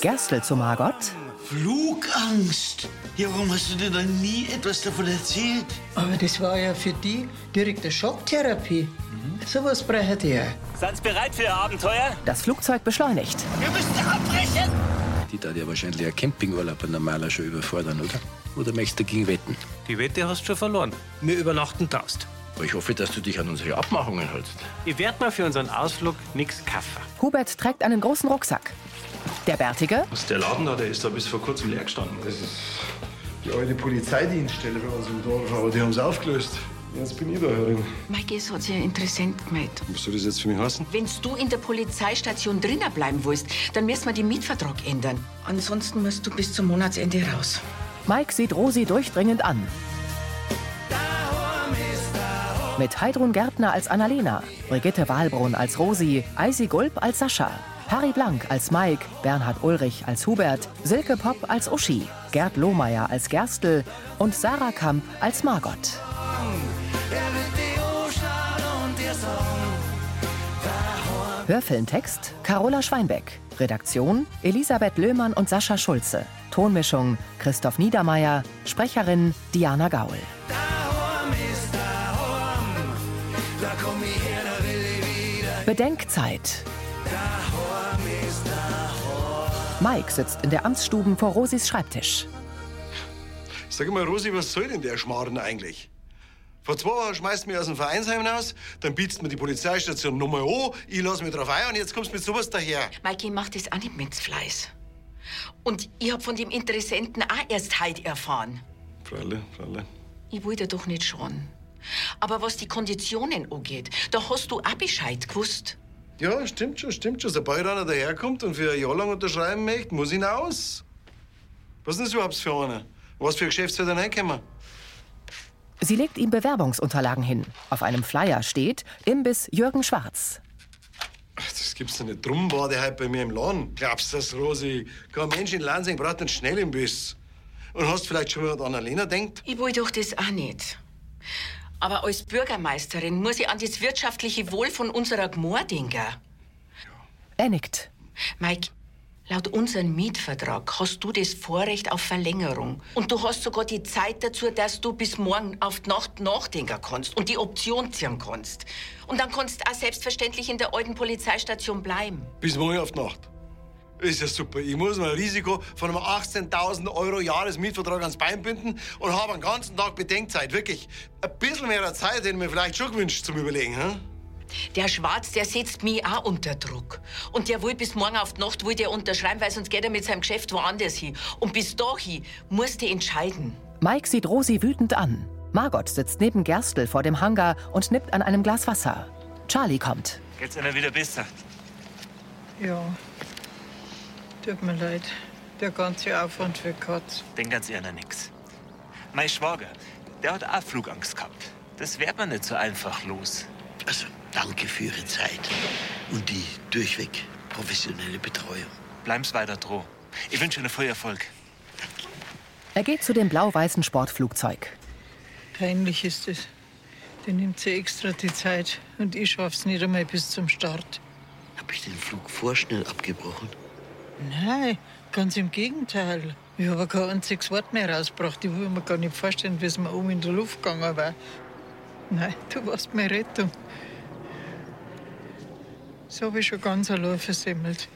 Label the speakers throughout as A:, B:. A: Gerstl zu Margot.
B: Flugangst? Ja, warum hast du dir dann nie etwas davon erzählt?
C: Aber das war ja für die direkte Schocktherapie.
B: Mhm.
C: Sowas braucht ihr.
D: Seid's bereit für Ihr Abenteuer?
A: Das Flugzeug beschleunigt.
B: Wir müssen abbrechen!
E: Die da ja wahrscheinlich ein Campingurlaub ein normaler schon überfordern, oder? Oder möchtest du dagegen wetten?
D: Die Wette hast du schon verloren. Wir übernachten tausend.
E: Aber ich hoffe, dass du dich an unsere Abmachungen hältst.
D: Ich werd mal für unseren Ausflug nix kaufen.
A: Hubert trägt einen großen Rucksack. Der Bärtige,
F: Was der Laden da, der ist da bis vor kurzem leer gestanden.
G: Das ist die alte Polizeidienststelle bei uns im Dorf, aber die haben es aufgelöst. Jetzt bin ich da herin.
H: Mike es hat sich ja interessant gemeldet.
G: Was soll das jetzt für mich heißen?
H: Wenn du in der Polizeistation drinnen bleiben willst, dann müssen wir den Mietvertrag ändern. Ansonsten musst du bis zum Monatsende raus.
A: Mike sieht Rosi durchdringend an. Mit Heidrun Gärtner als Annalena, Brigitte Wahlbrunn als Rosi, Eisi Gulb als Sascha, Harry Blank als Mike, Bernhard Ulrich als Hubert, Silke Popp als Uschi, Gerd Lohmeier als Gerstl und Sarah Kamp als Margot. Hörfilmtext Carola Schweinbeck. Redaktion Elisabeth Löhmann und Sascha Schulze. Tonmischung Christoph Niedermeyer. Sprecherin Diana Gaul. Bedenkzeit. Mike sitzt in der Amtsstuben vor Rosis Schreibtisch.
G: Sag mal, Rosi, was soll denn der Schmarrn eigentlich? Vor zwei Wochen schmeißt mir aus dem Vereinsheim raus, dann bietst mir die Polizeistation nochmal an, ich lass mich drauf ein und jetzt kommst du mit sowas daher.
H: Mike macht das auch nicht mit Fleiß. Und ich hab von dem Interessenten auch erst heute erfahren.
G: Freilich, freilich.
H: Ich wollte doch nicht schon. Aber was die Konditionen angeht, da hast du auch Bescheid gewusst.
G: Ja, stimmt schon, stimmt schon. Sobald einer daherkommt und für ein Jahr lang unterschreiben möchte, muss ihn aus. Was ist denn das überhaupt für einer? Was für ein Geschäftsfeld da reinkommen?
A: Sie legt ihm Bewerbungsunterlagen hin. Auf einem Flyer steht Imbiss Jürgen Schwarz.
G: Ach, Das gibt's doch nicht. Drum war der halt bei mir im Laden. Glaubst du das, Rosi? Kein Mensch in Lansing braucht einen Schnellimbiss. Und hast vielleicht schon mal an Annalena denkt?
H: Ich wollte doch das auch nicht. Aber als Bürgermeisterin muss ich an das wirtschaftliche Wohl von unserer Gmor denken.
A: Er nickt.
H: Mike, laut unserem Mietvertrag hast du das Vorrecht auf Verlängerung. Und du hast sogar die Zeit dazu, dass du bis morgen auf die Nacht nachdenken kannst und die Option ziehen kannst. Und dann kannst du auch selbstverständlich in der alten Polizeistation bleiben.
G: Bis morgen auf die Nacht. Ist ja super. Ich muss mir ein Risiko von einem 18.000 Euro Jahresmietvertrag ans Bein binden und habe einen ganzen Tag Bedenkzeit. Wirklich. Ein bisschen mehr Zeit hätte ich mir vielleicht schon gewünscht zum Überlegen. Hm?
H: Der Schwarz, der setzt mich auch unter Druck. Und der will bis morgen auf die Nacht will der unterschreiben, weil sonst geht er mit seinem Geschäft woanders hin. Und bis dahin musst du entscheiden.
A: Mike sieht Rosi wütend an. Margot sitzt neben Gerstl vor dem Hangar und nippt an einem Glas Wasser. Charlie kommt.
D: Geht's Ihnen wieder besser?
C: Ja, tut mir leid. Der ganze Aufwand für Katz.
D: Denk ganz ehrlich nix. Mein Schwager, der hat auch Flugangst gehabt. Das wird man nicht so einfach los.
B: Also, danke für Ihre Zeit und die durchweg professionelle Betreuung.
D: Bleiben's weiter droh. Ich wünsche Ihnen viel Erfolg.
A: Er geht zu dem blau-weißen Sportflugzeug.
C: Peinlich ist es. Der nimmt sich extra die Zeit und ich schaff's nicht einmal bis zum Start.
B: Hab ich den Flug vorschnell abgebrochen?
C: Nein, ganz im Gegenteil. Ich habe kein einziges Wort mehr rausgebracht. Ich will mir gar nicht vorstellen, wie es mir oben in der Luft gegangen war. Nein, du warst meine Rettung. So habe ich schon ganz allein versemmelt.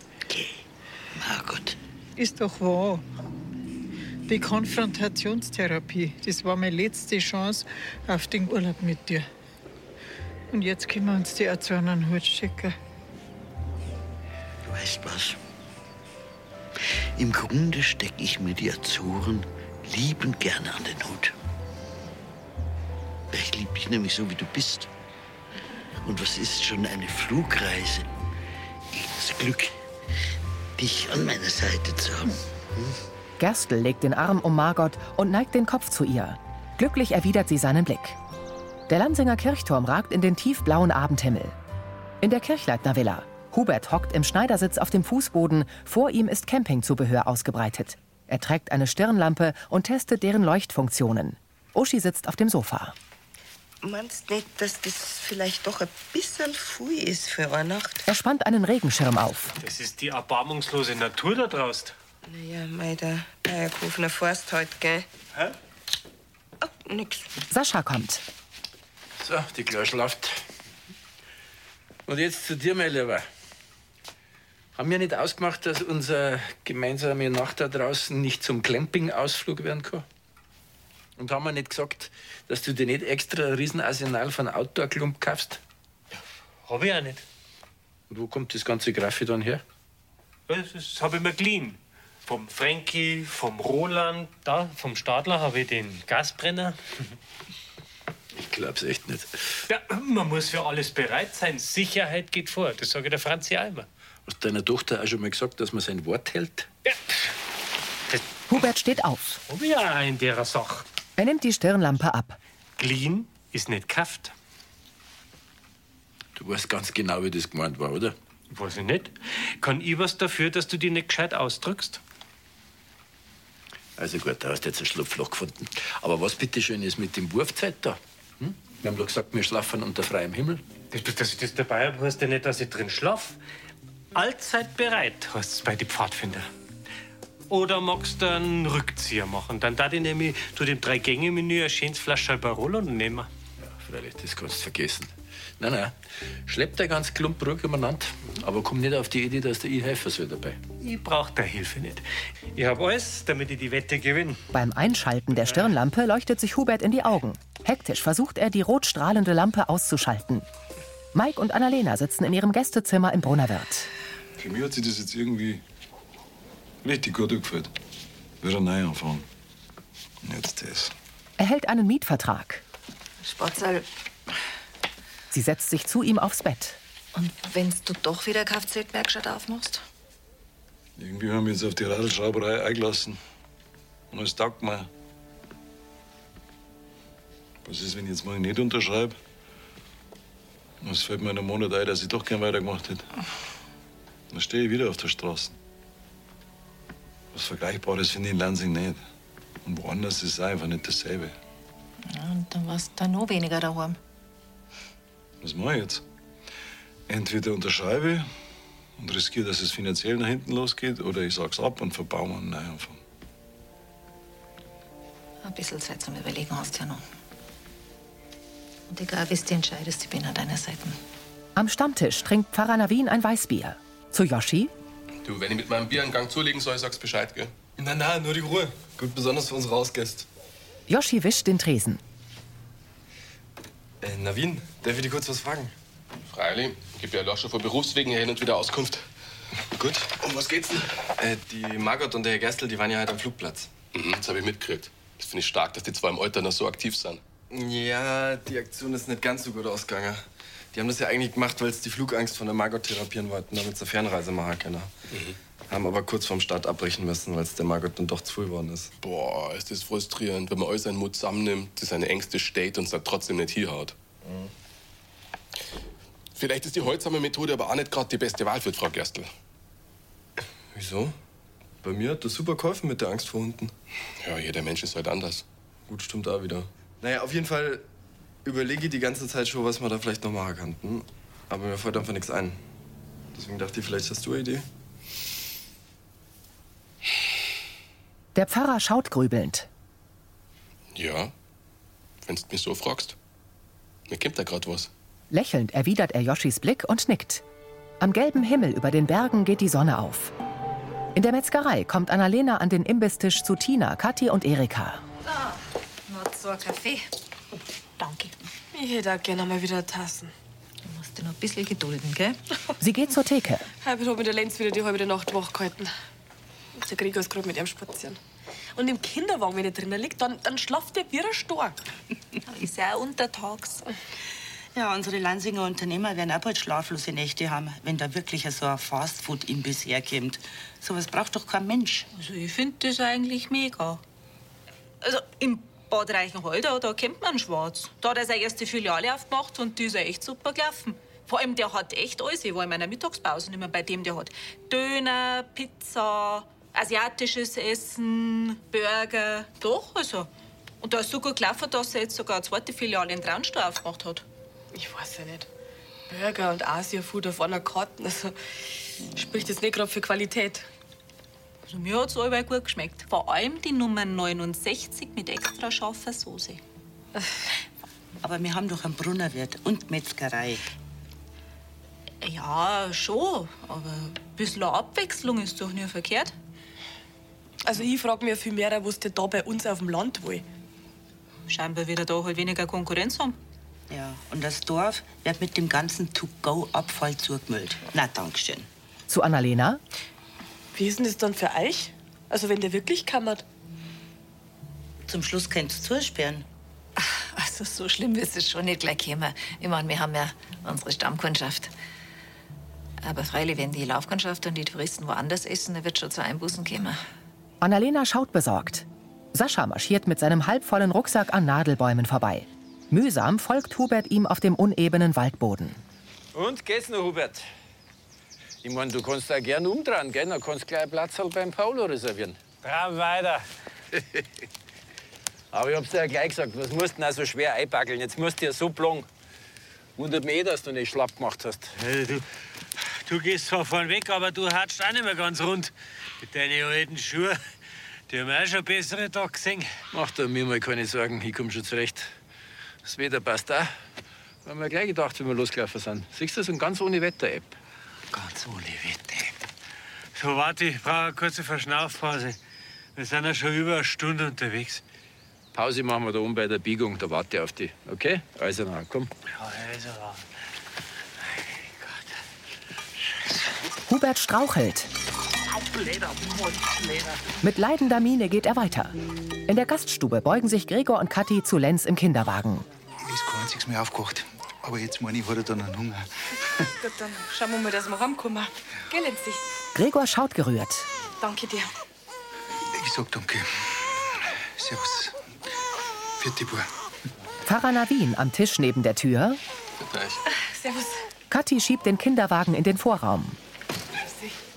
B: Margot,
C: Ist doch wahr. Die Konfrontationstherapie, das war meine letzte Chance auf den Urlaub mit dir. Und jetzt können wir uns die auch zu einem Hut stecken.
B: du weißt was? Im Grunde stecke ich mir die Azoren liebend gerne an den Hut. Ich liebe dich nämlich so, wie du bist. Und was ist schon eine Flugreise? Das Glück, dich an meiner Seite zu haben.
A: Gerstl legt den Arm um Margot und neigt den Kopf zu ihr. Glücklich erwidert sie seinen Blick. Der Lansinger Kirchturm ragt in den tiefblauen Abendhimmel. In der Kirchleitner Villa. Hubert hockt im Schneidersitz auf dem Fußboden. Vor ihm ist Campingzubehör ausgebreitet. Er trägt eine Stirnlampe und testet deren Leuchtfunktionen. Uschi sitzt auf dem Sofa.
I: Meinst nicht, dass das vielleicht doch ein bisschen viel ist für Weihnachten?
A: Er spannt einen Regenschirm auf.
J: Das ist die erbarmungslose Natur da draußen.
I: Naja, mei, der Eierkofener Forst halt, gell?
J: Hä?
I: Oh, nix.
A: Sascha kommt.
E: So, die Glas läuft. Und jetzt zu dir, mein Lieber. Haben wir nicht ausgemacht, dass unsere gemeinsame Nacht da draußen nicht zum Campingausflug werden kann? Und haben wir nicht gesagt, dass du dir nicht extra ein Riesenarsenal von Outdoor-Klump kaufst?
J: Hab ich auch nicht.
E: Und wo kommt das ganze Graffi dann her?
J: Das, das habe ich mir geliehen. Vom Frankie, vom Roland, da, vom Stadler habe ich den Gasbrenner.
E: Ich glaub's echt nicht.
J: Ja, man muss für alles bereit sein. Sicherheit geht vor. Das sage der Franzi Almer.
E: Hast deiner Tochter auch schon mal gesagt, dass man sein Wort hält?
A: Hubert steht auf.
J: Hab ich ja auch in derer Sache.
A: Er nimmt die Stirnlampe ab.
J: Geliehen ist nicht gekauft.
E: Du weißt ganz genau, wie das gemeint war, oder?
J: Weiß ich nicht. Kann ich was dafür, dass du die nicht gescheit ausdrückst?
E: Also gut, da hast du jetzt ein Schlupfloch gefunden. Aber was bitteschön ist mit dem Wurfzeit da? Hm? Wir haben doch gesagt, wir schlafen unter freiem Himmel.
J: Dass, dass ich das dabei habe, heißt ja nicht, dass ich drin schlaf. Allzeit bereit, heißt es bei den Pfadfinder. Oder magst du einen Rückzieher machen? Dann da ich nämlich zu dem Drei-Gänge-Menü ein schönes Flaschchen Barolo nehmen.
E: Freilich, das kannst du vergessen. Nein, nein, schlepp da ganz klump ruhig umeinander. Aber komm nicht auf die Idee, dass der ich helfen soll dabei.
J: Ich brauch da Hilfe nicht. Ich hab alles, damit ich die Wette gewinne.
A: Beim Einschalten der Stirnlampe leuchtet sich Hubert in die Augen. Hektisch versucht er, die rot strahlende Lampe auszuschalten. Mike und Annalena sitzen in ihrem Gästezimmer im Brunnerwirt.
K: Für mich hat sich das jetzt irgendwie richtig gut gefällt. Wieder neu anfangen. Und Jetzt das.
A: Er hält einen Mietvertrag.
L: Spatzel,
A: Sie setzt sich zu ihm aufs Bett.
L: und wenn du doch wieder Kfz-Werkstatt aufmachst?
K: Irgendwie haben wir jetzt auf die Radlschrauberei eingelassen. Und es taugt mir. Was ist, wenn ich jetzt mal nicht unterschreibe? Und Es fällt mir in einem Monat ein, dass ich doch gern weitergemacht hätte. Dann stehe ich wieder auf der Straße. Was Vergleichbares finde ich in Lansing nicht. Und woanders ist es einfach nicht dasselbe.
L: Ja, und dann warst du dann noch weniger daheim.
K: Was mache ich jetzt? Entweder unterschreibe ich und riskiere, dass es finanziell nach hinten losgeht, oder ich sag's ab und verbaue mir einen Neuanfang.
L: Ein bisschen Zeit zum Überlegen hast du ja noch. Und egal, wie du dich entscheidest, ich bin an deiner Seite.
A: Am Stammtisch trinkt Pfarrer Navin ein Weißbier. Zu Yoshi.
M: Du, wenn ich mit meinem Bier einen Gang zulegen soll, sag's Bescheid, gell? Na, na, nur die Ruhe. Gut, besonders für unsere Hausgäste.
A: Yoshi wischt den Tresen.
M: Äh, Navin, darf ich dir kurz was fragen? Freilich. Gib ja Losche vor Berufswegen ja hin und wieder Auskunft. Gut. Um was geht's denn? Äh, die Margot und der Herr Gerstl, die waren ja heute am Flugplatz. Mhm, das habe ich mitgekriegt. Das finde ich stark, dass die zwei im Euter noch so aktiv sind.
N: Ja, die Aktion ist nicht ganz so gut ausgegangen. Die haben das ja eigentlich gemacht, weil sie die Flugangst von der Margot therapieren wollten, damit sie eine Fernreise machen können. Mhm. Haben aber kurz vorm Start abbrechen müssen, weil es der Margot dann doch zu früh geworden ist.
M: Boah, ist das frustrierend, wenn man all seinen Mut zusammennimmt, sich seine Ängste steht und es dann trotzdem nicht hinhaut.
N: Mhm.
M: Vielleicht ist die holzame Methode aber auch nicht gerade die beste Wahl für die Frau Gerstl.
N: Wieso? Bei mir hat das super geholfen mit der Angst vor Hunden.
M: Ja, jeder Mensch ist halt anders.
N: Gut, stimmt auch wieder. Naja, auf jeden Fall überlege ich die ganze Zeit schon, was man da vielleicht noch machen kann. hm? Aber mir fällt einfach nichts ein. Deswegen dachte ich, vielleicht hast du eine Idee.
A: Der Pfarrer schaut grübelnd.
M: Ja, wenn du mich so fragst. Mir kommt da grad was.
A: Lächelnd erwidert er Yoshis Blick und nickt. Am gelben Himmel über den Bergen geht die Sonne auf. In der Metzgerei kommt Annalena an den Imbisstisch zu Tina, Kathi und Erika.
L: So, noch so ein Kaffee. Danke.
O: Ich hätte auch gerne mal wieder Tassen.
L: Du musst dich noch ein bisschen gedulden, gell?
A: Sie geht zur Theke.
O: Heute hat mir der Lenz wieder die halbe Nacht wach gehalten. Der Gregor ist gerade mit ihm spazieren. Und im Kinderwagen, wenn er drinnen liegt, dann, dann schlaft er wie ein Stork.
P: Ist ja auch untertags. Ja, unsere Lansinger Unternehmer werden auch bald schlaflose Nächte haben, wenn da wirklich so ein Fastfood-Imbiss herkommt. Sowas braucht doch kein Mensch.
L: Also ich finde das eigentlich mega. Also im Bad Reichenholder, da kennt man Schwarz. Da hat er seine erste Filiale aufgemacht und die ist ja echt super gelaufen. Vor allem, der hat echt alles. Ich war in meiner Mittagspause nicht mehr bei dem, der hat Döner, Pizza, asiatisches Essen, Burger. Doch, also Und da ist so gut gelaufen, dass er jetzt sogar eine zweite Filiale in Traunstein aufgemacht hat.
O: Ich weiß ja nicht. Burger und Asia-Food auf einer Karten, also spricht jetzt nicht gerade für Qualität.
L: Also mir hat es allweil gut geschmeckt. Vor allem die Nummer 69 mit extra scharfer Soße.
P: Aber wir haben doch einen Brunnerwirt und Metzgerei.
L: Ja, schon, aber ein bisschen Abwechslung ist doch nie verkehrt.
O: Also ich frage mich viel mehr, was die da bei uns auf dem Land wollen.
L: Scheinbar wieder da halt weniger Konkurrenz haben.
P: Ja, und das Dorf wird mit dem ganzen To-Go-Abfall zugemüllt. Na, Dankeschön.
A: Zu Annalena.
O: Wie ist denn das dann für euch? Also wenn der wirklich kammert?
P: Zum Schluss kannst du zusperren.
H: Also so schlimm ist es schon nicht gleich immer. Ich meine, wir haben ja unsere Stammkundschaft. Aber freilich, wenn die Laufkundschaft und die Touristen woanders essen, dann wird schon zu Einbußen kommen.
A: Annalena schaut besorgt. Sascha marschiert mit seinem halbvollen Rucksack an Nadelbäumen vorbei. Mühsam folgt Hubert ihm auf dem unebenen Waldboden.
E: Und geht's noch, Hubert? Ich mein, du kannst da gern umdrehen, gell? Dann kannst gleich einen Platz halt beim Paolo reservieren. Dran weiter. Aber ich hab's dir ja gleich gesagt, was musst du denn auch so schwer einpackeln? Jetzt musst du ja so plong. Wundert mich eh, dass du nicht schlapp gemacht hast.
J: Äh, du, Du gehst zwar vorn weg, aber du hatscht auch nicht mehr ganz rund. Mit deinen alten Schuhen. Die haben auch schon bessere Tag gesehen.
E: Mach dir mir mal keine Sorgen, ich komm schon zurecht. Das Wetter passt auch. Wir haben ja gleich gedacht, wie wir losgelaufen sind. Siehst du, so ein ganz ohne Wetter-App.
J: Ganz ohne Wette. So, warte, ich brauche eine kurze Verschnaufpause. Wir sind ja schon über eine Stunde unterwegs.
E: Pause machen wir da oben bei der Biegung, da warte ich auf die. Okay? Also, na, komm.
J: Also,
A: Hubert strauchelt.
J: Leder, Leder.
A: Mit leidender Miene geht er weiter. In der Gaststube beugen sich Gregor und Kathi zu Lenz im Kinderwagen.
Q: Mir ist kein einziges mehr aufgekocht. Aber jetzt meine ich, hat er dann einen Hunger.
O: Gut, dann schauen wir mal, dass wir heimkommen. Gell, Lenzi?
A: Gregor schaut gerührt.
O: Danke dir.
Q: Ich sag danke. Servus. Für die Bauer.
A: Pfarrer Navin am Tisch neben der Tür.
O: Äh, Servus.
A: Kathi schiebt den Kinderwagen in den Vorraum.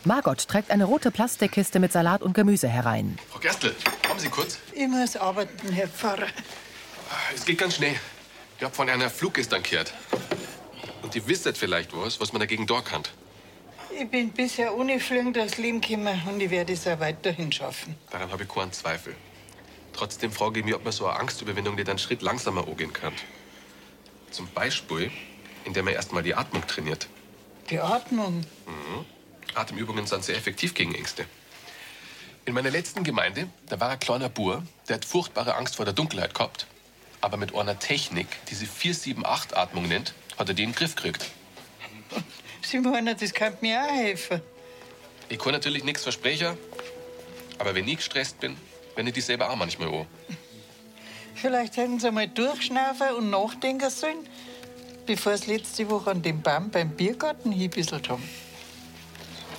A: Margot trägt eine rote Plastikkiste mit Salat und Gemüse herein.
M: Frau Gerstl, kommen Sie kurz.
C: Ich muss arbeiten, Herr Pfarrer.
M: Ah, Es geht ganz schnell. Ich hab von einer Flug gestern gehört. Und ihr wisst jetzt vielleicht was, was man dagegen da kann.
C: Ich bin bisher ohne Fliegen durchs Leben gekommen und ich werde es auch weiterhin schaffen.
M: Daran habe ich keinen Zweifel. Trotzdem frage ich mich, ob man so eine Angstüberwindung nicht einen Schritt langsamer angehen kann. Zum Beispiel, indem man erstmal die Atmung trainiert.
C: Die Atmung.
M: Mhm. Atemübungen sind sehr effektiv gegen Ängste. In meiner letzten Gemeinde, da war ein kleiner Bur, der hat furchtbare Angst vor der Dunkelheit gehabt. Aber mit einer Technik, die sie 478-Atmung nennt, hat er die in den Griff gekriegt.
C: Sie meinen, das kann mir auch helfen.
M: Ich kann natürlich nichts versprechen, aber wenn ich gestresst bin, wenn ich die selber auch manchmal an.
C: Vielleicht hätten Sie mal durchschnaufen und nachdenken sollen, bevor Sie letzte Woche an dem Baum beim Biergarten hinbisselt haben.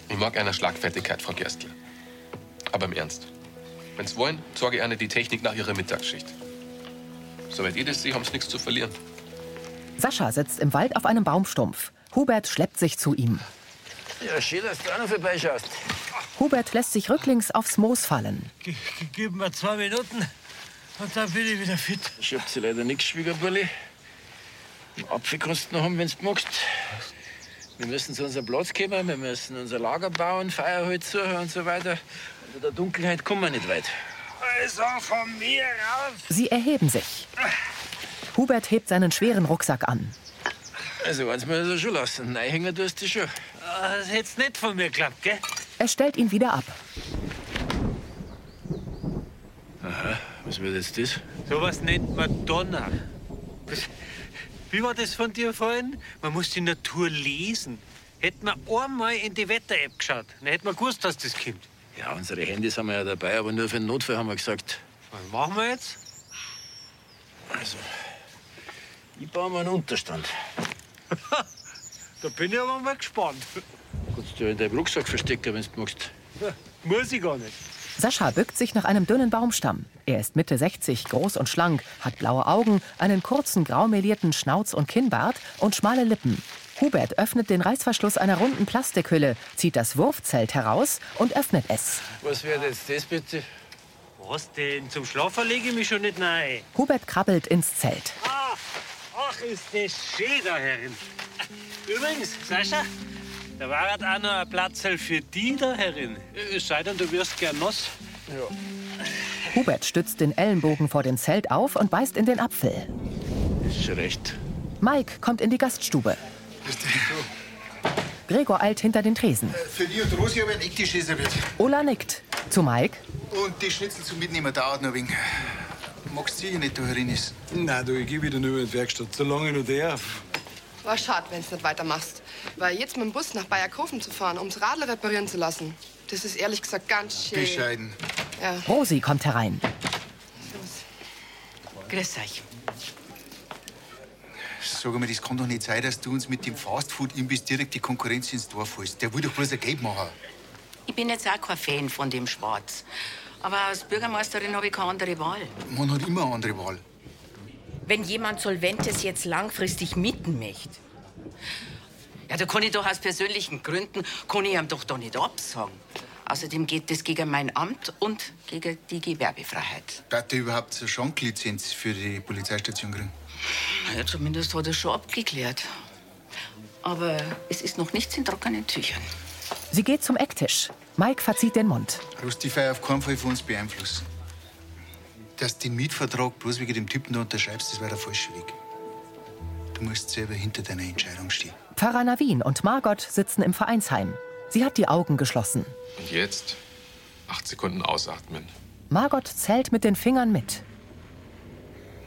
M: Ich mag einer Schlagfertigkeit, Frau Gerstl. Aber im Ernst. Wenn's wollen, sorge ich einer die Technik nach ihrer Mittagsschicht. Soweit ihr das seht, haben's nichts zu verlieren.
A: Sascha sitzt im Wald auf einem Baumstumpf. Hubert schleppt sich zu ihm.
E: Ja, schön, dass du auch noch vorbeischaust.
A: Hubert lässt sich rücklings aufs Moos fallen.
J: Ge- ge- Gib mir zwei Minuten und dann bin ich wieder fit.
E: Ich hab sie leider nichts, Schwiegerbulli. Einen Apfel kannst du noch haben, wenn's magst. Wir müssen zu unserem Platz kommen, wir müssen unser Lager bauen, Feuerholz suchen und so weiter. Unter der Dunkelheit kommen wir nicht weit.
J: Also von mir raus.
A: Sie erheben sich. Hubert hebt seinen schweren Rucksack an.
E: Also, eins muss ich schon lassen. Einhänger tust du schon.
J: Ah, Das hätt's nicht von mir geklappt, gell?
A: Er stellt ihn wieder ab.
E: Aha, was wird jetzt das?
J: Sowas nennt man Donner. Das, wie war das von dir vorhin? Man muss die Natur lesen. Hätten wir einmal in die Wetter-App geschaut, dann hätten wir gewusst, dass das kommt.
E: Ja, unsere Handys haben wir ja dabei, aber nur für den Notfall haben wir gesagt.
J: Was machen wir jetzt?
E: Also, ich baue mir einen Unterstand.
J: da bin ich aber mal gespannt.
E: Kannst du ja in deinem Rucksack verstecken, wenn du magst.
J: Muss ich gar nicht.
A: Sascha bückt sich nach einem dünnen Baumstamm. Er ist Mitte 60, groß und schlank, hat blaue Augen, einen kurzen graumelierten Schnauz- und Kinnbart und schmale Lippen. Hubert öffnet den Reißverschluss einer runden Plastikhülle, zieht das Wurfzelt heraus und öffnet es.
E: Was wird jetzt das bitte?
J: Was denn? Zum Schlafen lege ich mich schon nicht nahe.
A: Hubert krabbelt ins Zelt.
J: Ah, ach, ist das schön da herin. Übrigens, Sascha, da war halt auch noch ein Platz für die da herin. Es sei denn, du wirst gern nass. Ja.
A: Hubert stützt den Ellenbogen vor dem Zelt auf und beißt in den Apfel.
R: Ist schon recht.
A: Mike kommt in die Gaststube. Gregor eilt hinter den Tresen.
Q: Äh, Für die und Rosi habe ich ein Ecktisch reserviert.
A: Ola nickt. Zu Mike.
Q: Und die Schnitzel zum Mitnehmen dauert noch ein wenig. Magst du sicher nicht da herin ist?
S: Nein, du, ich geh wieder nur in die Werkstatt. So lange noch der.
T: War schade, wenn nicht weitermachst. Weil jetzt mit dem Bus nach Bayerkofen zu fahren, ums Radl reparieren zu lassen, das ist ehrlich gesagt ganz schön.
Q: Bescheiden.
T: Ja.
A: Rosi kommt herein.
Q: Grüß euch. Sag mal, das kann doch nicht sein, dass du uns mit dem Fastfood-Imbiss direkt die Konkurrenz ins Dorf holst. Der will doch bloß ein Geld machen.
H: Ich bin jetzt auch kein Fan von dem Schwarz. Aber als Bürgermeisterin habe ich keine andere Wahl.
Q: Man hat immer eine andere Wahl.
H: Wenn jemand Solventes jetzt langfristig mieten möchte. Ja, da kann ich doch aus persönlichen Gründen, kann ich ihm doch da nicht absagen. Außerdem geht das gegen mein Amt und gegen die Gewerbefreiheit.
Q: Darf der überhaupt so Schanklizenz für die Polizeistation kriegen?
H: Ja, zumindest hat er schon abgeklärt. Aber es ist noch nichts in trockenen Tüchern.
A: Sie geht zum Ecktisch. Mike verzieht den Mund.
Q: Lass die Feier auf keinen Fall von uns beeinflussen. Dass du den Mietvertrag bloß wegen dem Typen da unterschreibst, das wäre der falsche Weg. Du musst selber hinter deiner Entscheidung stehen.
A: Pfarrer Navin und Margot sitzen im Vereinsheim. Sie hat die Augen geschlossen.
M: Und jetzt acht Sekunden ausatmen.
A: Margot zählt mit den Fingern mit.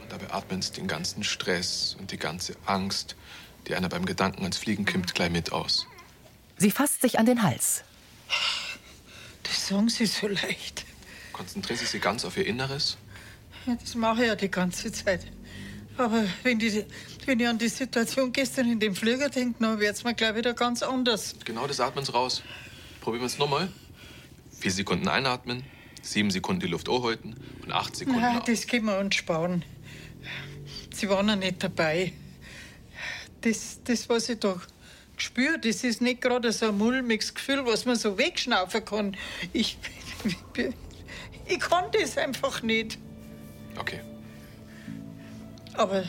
M: Und dabei atmest den ganzen Stress und die ganze Angst, die einer beim Gedanken ans Fliegen kimmt, gleich mit aus.
A: Sie fasst sich an den Hals.
C: Das sagen sie so leicht.
M: Konzentriere sie ganz auf ihr Inneres.
C: Ja, Das mache ich ja die ganze Zeit. Aber wenn, die, wenn ich an die Situation gestern in dem Flieger denke, dann wird es mir gleich wieder ganz anders.
M: Genau das Atmens raus. Probieren wir es nochmal. Vier Sekunden einatmen, sieben Sekunden die Luft anhalten und acht Sekunden
C: Nein, das können wir uns sparen. Sie waren ja nicht dabei. Das, das was ich da spüre, das ist nicht gerade so ein mulmiges Gefühl, was man so wegschnaufen kann. Ich, ich kann das einfach nicht.
M: Okay.
C: Aber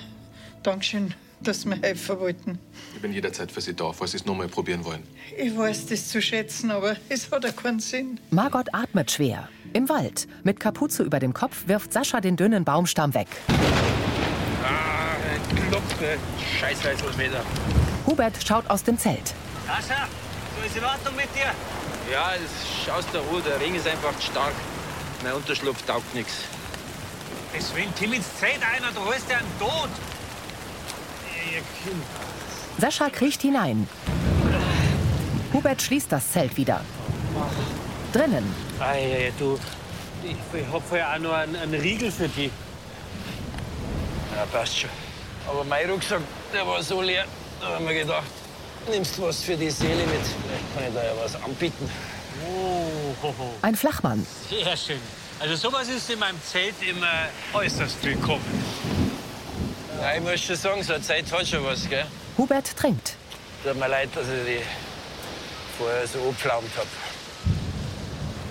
C: Dankeschön, dass wir helfen wollten.
M: Ich bin jederzeit für Sie da, falls Sie es nochmal probieren wollen.
C: Ich weiß das zu schätzen, aber es hat ja keinen Sinn.
A: Margot atmet schwer. Im Wald, mit Kapuze über dem Kopf, wirft Sascha den dünnen Baumstamm weg.
R: Ah, Klopfe. Scheiß Heißelmeter.
A: Hubert schaut aus dem Zelt.
R: Sascha, so ist in Ordnung mit dir.
E: Ja, das ist aus der Ruhe. Der Regen ist einfach zu stark. Mein Unterschlupf taugt nichts.
R: Es will Tim ins Zelt einer, du holst ja einen Tod. Ihr Kind.
A: Sascha kriecht hinein. Hubert schließt das Zelt wieder. Drinnen.
J: Ei, ei, Ah, du, ich, ich hab vorher auch noch einen, einen Riegel für dich.
E: Ja, passt schon. Aber mein Rucksack, der war so leer. Da haben wir gedacht, nimmst was für die Seele mit. Vielleicht kann ich da ja was anbieten.
J: Oh, ho, ho.
A: Ein Flachmann.
J: Sehr schön. Also sowas ist in meinem Zelt immer äußerst willkommen.
E: Ja, ich muss schon sagen, so eine Zeit hat schon was, gell?
A: Hubert trinkt.
E: Tut mir leid, dass ich die vorher so abflaumt hab.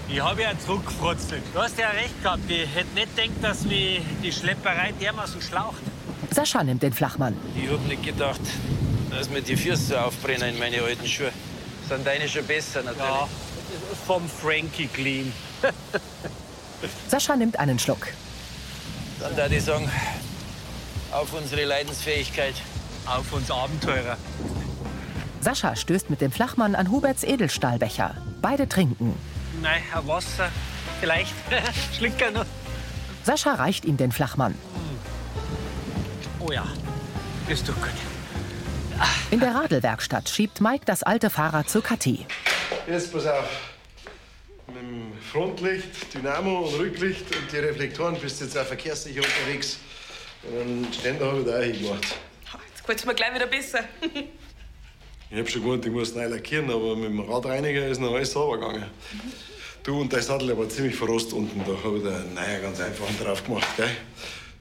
J: Ich habe ja zurückgefrotzelt. Du hast ja recht gehabt. Ich hätte nicht gedacht, dass mich die Schlepperei dermaßen schlaucht.
A: Sascha nimmt den Flachmann.
E: Ich hab nicht gedacht, dass mir die Füße so aufbrennen in meine alten Schuhe. Sind deine schon besser, natürlich.
J: Ja, vom Frankie Clean.
A: Sascha nimmt einen Schluck.
E: Dann würde ich sagen, auf unsere Leidensfähigkeit.
J: Auf uns Abenteurer.
A: Sascha stößt mit dem Flachmann an Huberts Edelstahlbecher. Beide trinken.
J: Nein, ein Wasser. Vielleicht. Schlucker noch.
A: Sascha reicht ihm den Flachmann.
J: Oh ja, ist doch gut.
A: In der Radelwerkstatt schiebt Mike das alte Fahrrad zu Kathi.
G: Jetzt pass auf. Mit dem Frontlicht, Dynamo und Rücklicht und die Reflektoren bist du jetzt auch verkehrssicher unterwegs. Und einen Ständer habe ich da auch hingemacht.
T: Jetzt geht's mir gleich wieder besser.
G: Ich hab schon gewohnt, ich muss neu lackieren, aber mit dem Radreiniger ist noch alles sauber gegangen. Du und dein Sattel der war ziemlich verrost unten. Da habe ich da einen neuen, ganz einfachen drauf gemacht. Gell?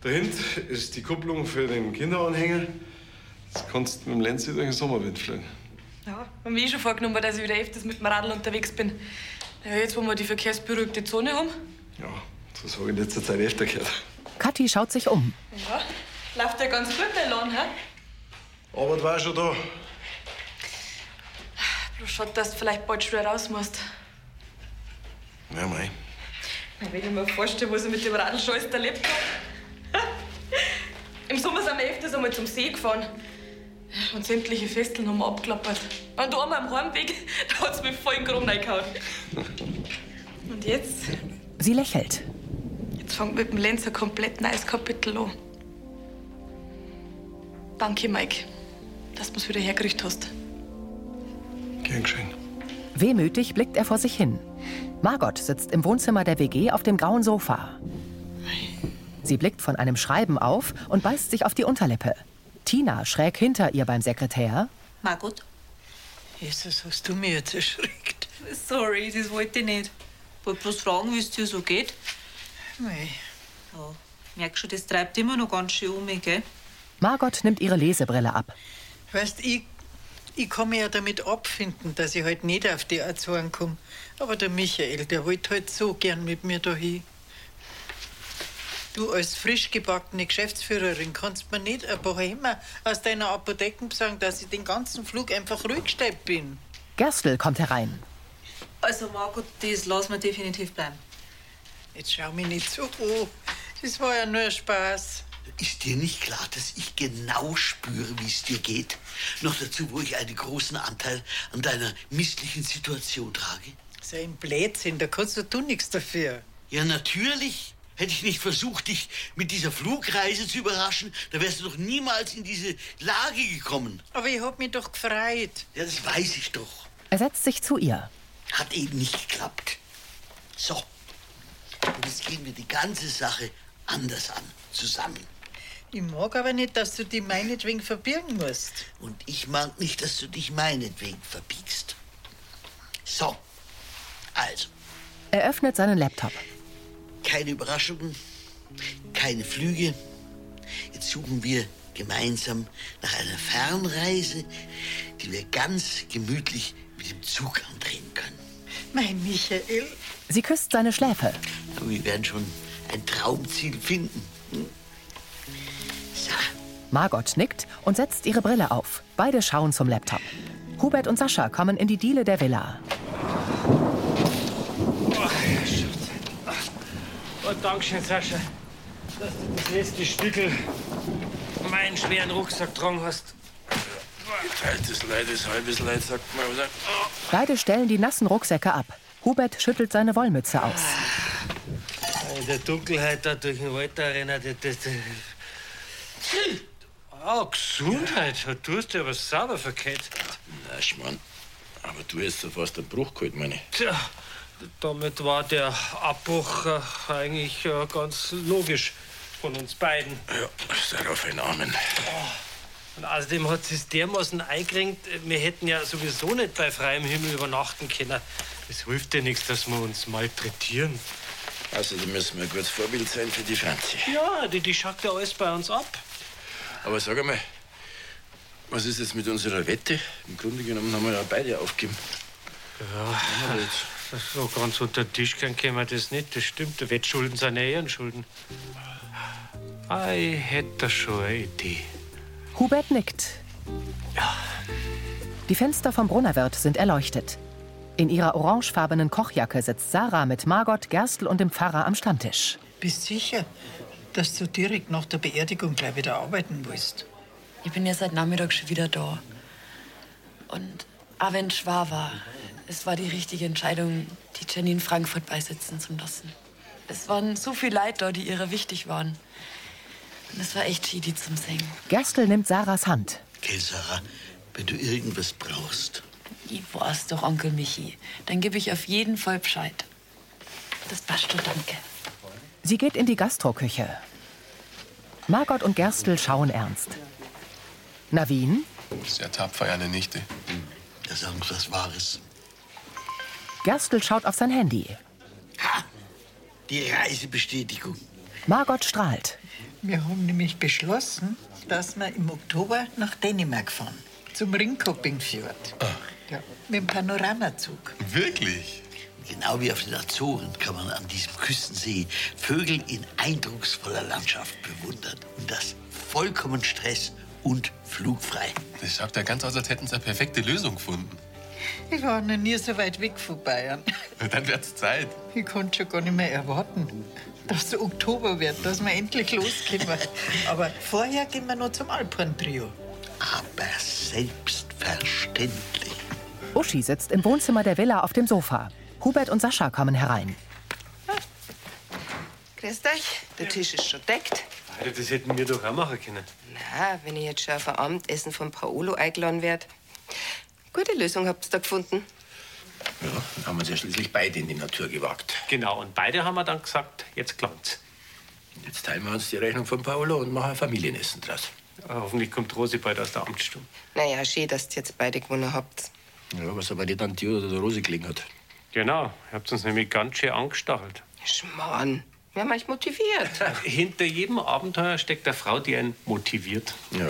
G: Da hinten ist die Kupplung für den Kinderanhänger. Das kannst du mit dem Lenz durch den Sommerwind fliegen.
T: Ja, hab mir eh schon vorgenommen, dass ich wieder öfters mit dem Radl unterwegs bin. Ja, jetzt, wo wir die verkehrsberuhigte Zone haben.
G: Ja,
K: Das habe ich in letzter Zeit öfter gehört.
A: Kathi schaut sich um.
L: Ja, läuft ja ganz gut, der Lohn, hä?
K: Arbeit war schon da.
O: Bloß schade, dass du vielleicht bald schon wieder raus musst.
K: Ja, mei.
L: Wenn ich mir vorstelle, was ich mit dem Radl schon alles erlebt habe.
O: Im Sommer sind wir öfters einmal zum See gefahren. Und sämtliche Festeln haben wir abgeklappert. Und da einmal am Heimweg, da hat es mich voll in den Kram reingehauen. Und jetzt,
A: Sie lächelt.
O: jetzt fängt mit dem Lenz ein komplett neues Kapitel an. Danke, Mike, dass du es wieder hergerichtet hast.
K: Gern geschehen.
A: Wehmütig blickt er vor sich hin. Margot sitzt im Wohnzimmer der WG auf dem grauen Sofa. Sie blickt von einem Schreiben auf und beißt sich auf die Unterlippe. Tina schräg hinter ihr beim Sekretär.
L: Margot?
C: Jesus, hast du mich jetzt erschreckt?
L: Sorry, das wollte ich nicht. Wollte bloß fragen, wie es dir so geht.
C: Mei.
L: Ja, merkst du, das treibt immer noch ganz schön um mich, gell?
A: Margot nimmt ihre Lesebrille ab.
C: Weißt, ich, ich kann mich ja damit abfinden, dass ich halt nicht auf die Azoren komme. Aber der Michael, der wollte halt so gern mit mir dahin. Du als frisch gebackene Geschäftsführerin kannst mir nicht ein paar Hämmer aus deiner Apotheken sagen, dass ich den ganzen Flug einfach ruhig gestellt bin.
A: Gerstl kommt herein.
L: Also, Margot, das lassen wir definitiv bleiben.
C: Jetzt schau mich nicht so an. Das war ja nur Spaß.
B: Ist dir nicht klar, dass ich genau spüre, wie es dir geht? Noch dazu, wo ich einen großen Anteil an deiner misslichen Situation trage?
C: So ein Blödsinn, da kannst du tun nichts dafür.
B: Ja, natürlich. Hätte ich nicht versucht, dich mit dieser Flugreise zu überraschen, da wärst du doch niemals in diese Lage gekommen.
C: Aber ich hab mich doch gefreut.
B: Ja, das weiß ich doch.
A: Er setzt sich zu ihr.
B: Hat eben nicht geklappt. So. Und jetzt gehen wir die ganze Sache anders an. Zusammen.
C: Ich mag aber nicht, dass du die meinetwegen verbirgen musst.
B: Und ich mag nicht, dass du dich meinetwegen verbiegst. So. Also,
A: Er öffnet seinen Laptop.
B: keine Überraschungen, keine Flüge. Jetzt suchen wir gemeinsam nach einer Fernreise, die wir ganz gemütlich mit dem Zug antreten können.
C: Mein Michael.
A: Sie küsst seine Schläfe.
B: Aber wir werden schon ein Traumziel finden.
A: Margot nickt und setzt ihre Brille auf. Beide schauen zum Laptop. Hubert und Sascha kommen in die Diele der Villa.
J: Und Oh, Dankeschön, Sascha, dass du das letzte Stückel meinen schweren Rucksack getragen hast.
E: Geteiltes Leid ist halbes Leid, sagt man. Oder?
A: Beide stellen die nassen Rucksäcke ab. Hubert schüttelt seine Wollmütze aus.
J: In der Dunkelheit da durch den Wald da rennen, das, das, das. Oh, Gesundheit, du hast ja aber sauber verkehrt.
E: Na, Schmarrn. Aber du hast so fast einen Bruch geholt, meine ich.
J: Tja, damit war der Abbruch äh, eigentlich äh, ganz logisch von uns beiden. Oh,
E: Ja, sei auf den Armen.
J: Und außerdem hat sich dermaßen eingeringt, wir hätten ja sowieso nicht bei freiem Himmel übernachten können. Es hilft ja nichts, dass wir uns malträtieren.
E: Außerdem müssen wir ein gutes Vorbild sein für die Franzi.
J: Ja, die, die schaut ja alles bei uns ab.
E: Aber sag einmal, was ist jetzt mit unserer Wette? Im Grunde genommen haben wir ja beide aufgegeben.
J: Ja, so ganz unter den Tisch gehen können wir das nicht, das stimmt. Wettschulden sind ja Ehrenschulden. Ah, Ich hätte da schon eine Idee.
A: Hubert nickt. Die Fenster vom Brunnerwirt sind erleuchtet. In ihrer orangefarbenen Kochjacke sitzt Sarah mit Margot, Gerstl und dem Pfarrer am Stammtisch.
C: Bist sicher, dass du direkt nach der Beerdigung gleich wieder arbeiten willst?
F: Ich bin ja seit Nachmittag schon wieder da. Und auch wenn es schwer war, es war die richtige Entscheidung, die Jenny in Frankfurt beisitzen zu lassen. Es waren so viele Leute da, die ihrer wichtig waren. Und es war echt schidi zum Singen.
A: Gerstl nimmt Sarahs Hand.
B: Gell, Sarah, wenn du irgendwas brauchst.
F: Ich weiß doch, Onkel Michi. Dann gebe ich auf jeden Fall Bescheid. Das passt schon, danke.
A: Sie geht in die Gastroküche. Margot und Gerstl schauen ernst. Navin?
M: Sehr tapfer, eine Nichte.
B: Da sagen sie was Wahres.
A: Gerstl schaut auf sein Handy.
B: Die Reisebestätigung.
A: Margot strahlt.
C: Wir haben nämlich beschlossen, dass wir im Oktober nach Dänemark fahren. Zum Ringkopingfjord. Ja, mit dem Panoramazug.
M: Wirklich?
B: Genau wie auf den Azoren kann man an diesem Küstensee Vögel in eindrucksvoller Landschaft bewundern. Und das vollkommen stress- und flugfrei.
M: Das schaut ja ganz aus, als hätten sie eine perfekte Lösung gefunden.
C: Ich war noch nie so weit weg von Bayern.
M: Dann wird's Zeit.
C: Ich konnte schon gar nicht mehr erwarten, dass es Oktober wird, dass wir endlich loskommen. Aber vorher gehen wir noch zum Alpern-Trio.
B: Aber selbstverständlich.
A: Uschi sitzt im Wohnzimmer der Villa auf dem Sofa. Hubert und Sascha kommen herein.
H: Grüß dich. Der Tisch ist schon deckt.
J: Alter, Das hätten wir doch auch machen können.
H: Na, wenn ich jetzt schon auf ein Abendessen von Paolo eingeladen werde. Gute Lösung habt ihr da gefunden.
J: Dann haben wir uns ja schließlich beide in die Natur gewagt. Genau, und beide haben wir dann gesagt, jetzt klappt's. Jetzt teilen wir uns die Rechnung von Paolo und machen ein Familienessen draus. Äh, Hoffentlich kommt Rosi bald aus der Amtsstunde.
H: Naja, schön, dass ihr jetzt beide gewonnen habt.
J: Ja, was aber nicht an die oder der Rosi gelegen hat. Genau, ihr habt uns nämlich ganz schön angestachelt.
H: Schmarrn. Wir haben euch motiviert.
J: Hinter jedem Abenteuer steckt eine Frau, die einen motiviert. Ja,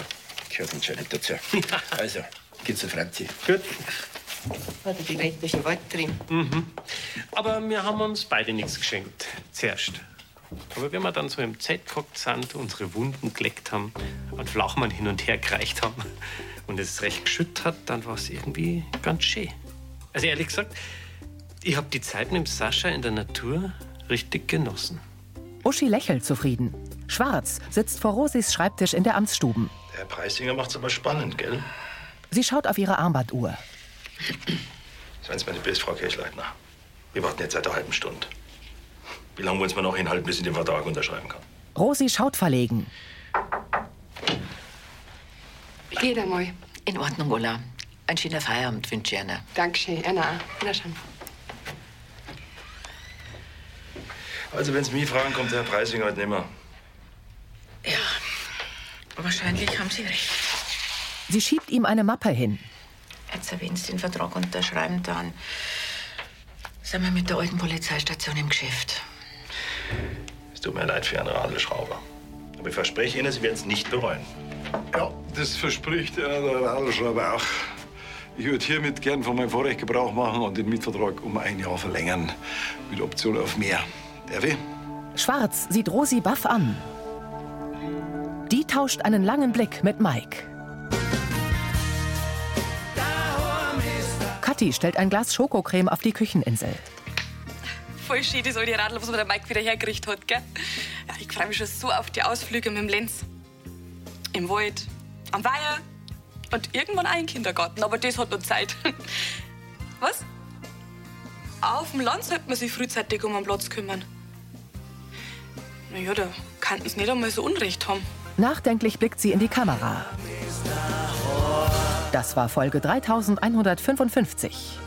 J: gehört anscheinend dazu. also, geht's zu Franzi. Gut.
H: Warte, die Welt durch den Wald drin.
J: Mhm. Aber wir haben uns beide nichts geschenkt. Zuerst. Aber wenn wir dann so im Zelt gehockt sind, unsere Wunden geleckt haben, einen Flachmann hin und her gereicht haben und es recht geschüttet hat, dann war es irgendwie ganz schön. Also ehrlich gesagt, ich habe die Zeit mit dem Sascha in der Natur richtig genossen.
A: Uschi lächelt zufrieden. Schwarz sitzt vor Rosis Schreibtisch in der Amtsstuben.
K: Der Preisinger macht's aber spannend, gell?
A: Sie schaut auf ihre Armbanduhr.
K: Seien Sie meine Biss, Frau Kirchleitner. Wir warten jetzt seit einer halben Stunde. Wie lange wollen Sie mir noch hinhalten, bis ich den Vertrag unterschreiben kann?
A: Rosi schaut verlegen.
T: Geht einmal.
F: In Ordnung, Ola. Ein schöner Feierabend wünsche ich Ihnen.
T: Dankeschön. Anna, wiederschauen.
K: Also, wenn Sie mich fragen, kommt der Herr Preisinger heute nicht mehr.
H: Wahrscheinlich haben Sie recht.
A: Sie schiebt ihm eine Mappe hin.
F: Jetzt, wenn Sie den Vertrag unterschreiben, dann sind wir mit der alten Polizeistation im Geschäft.
K: Es tut mir leid für Ihren Radelschrauber. Aber ich verspreche Ihnen, Sie werden es nicht bereuen.
M: Ja,
K: das verspricht einer der Radelschrauber auch. Ich würde hiermit gern von meinem Vorrecht Gebrauch machen und den Mietvertrag um ein Jahr verlängern. Mit Option auf mehr. Der weh?
A: Schwarz sieht Rosi baff an. Die tauscht einen langen Blick mit Mike. Kathi stellt ein Glas Schokocreme auf die Kücheninsel.
O: Voll schön, das alte Radl, was mir der Mike wieder hergerichtet hat, gell? Ja, ich freue mich schon so auf die Ausflüge mit dem Lenz. Im Wald, am Weiher und irgendwann auch im Kindergarten. Aber das hat noch Zeit. Was? Auf dem Land sollte man sich frühzeitig um einen Platz kümmern. Na ja, da könnten sie nicht einmal so Unrecht haben.
A: Nachdenklich blickt sie in die Kamera. Das war Folge 3155.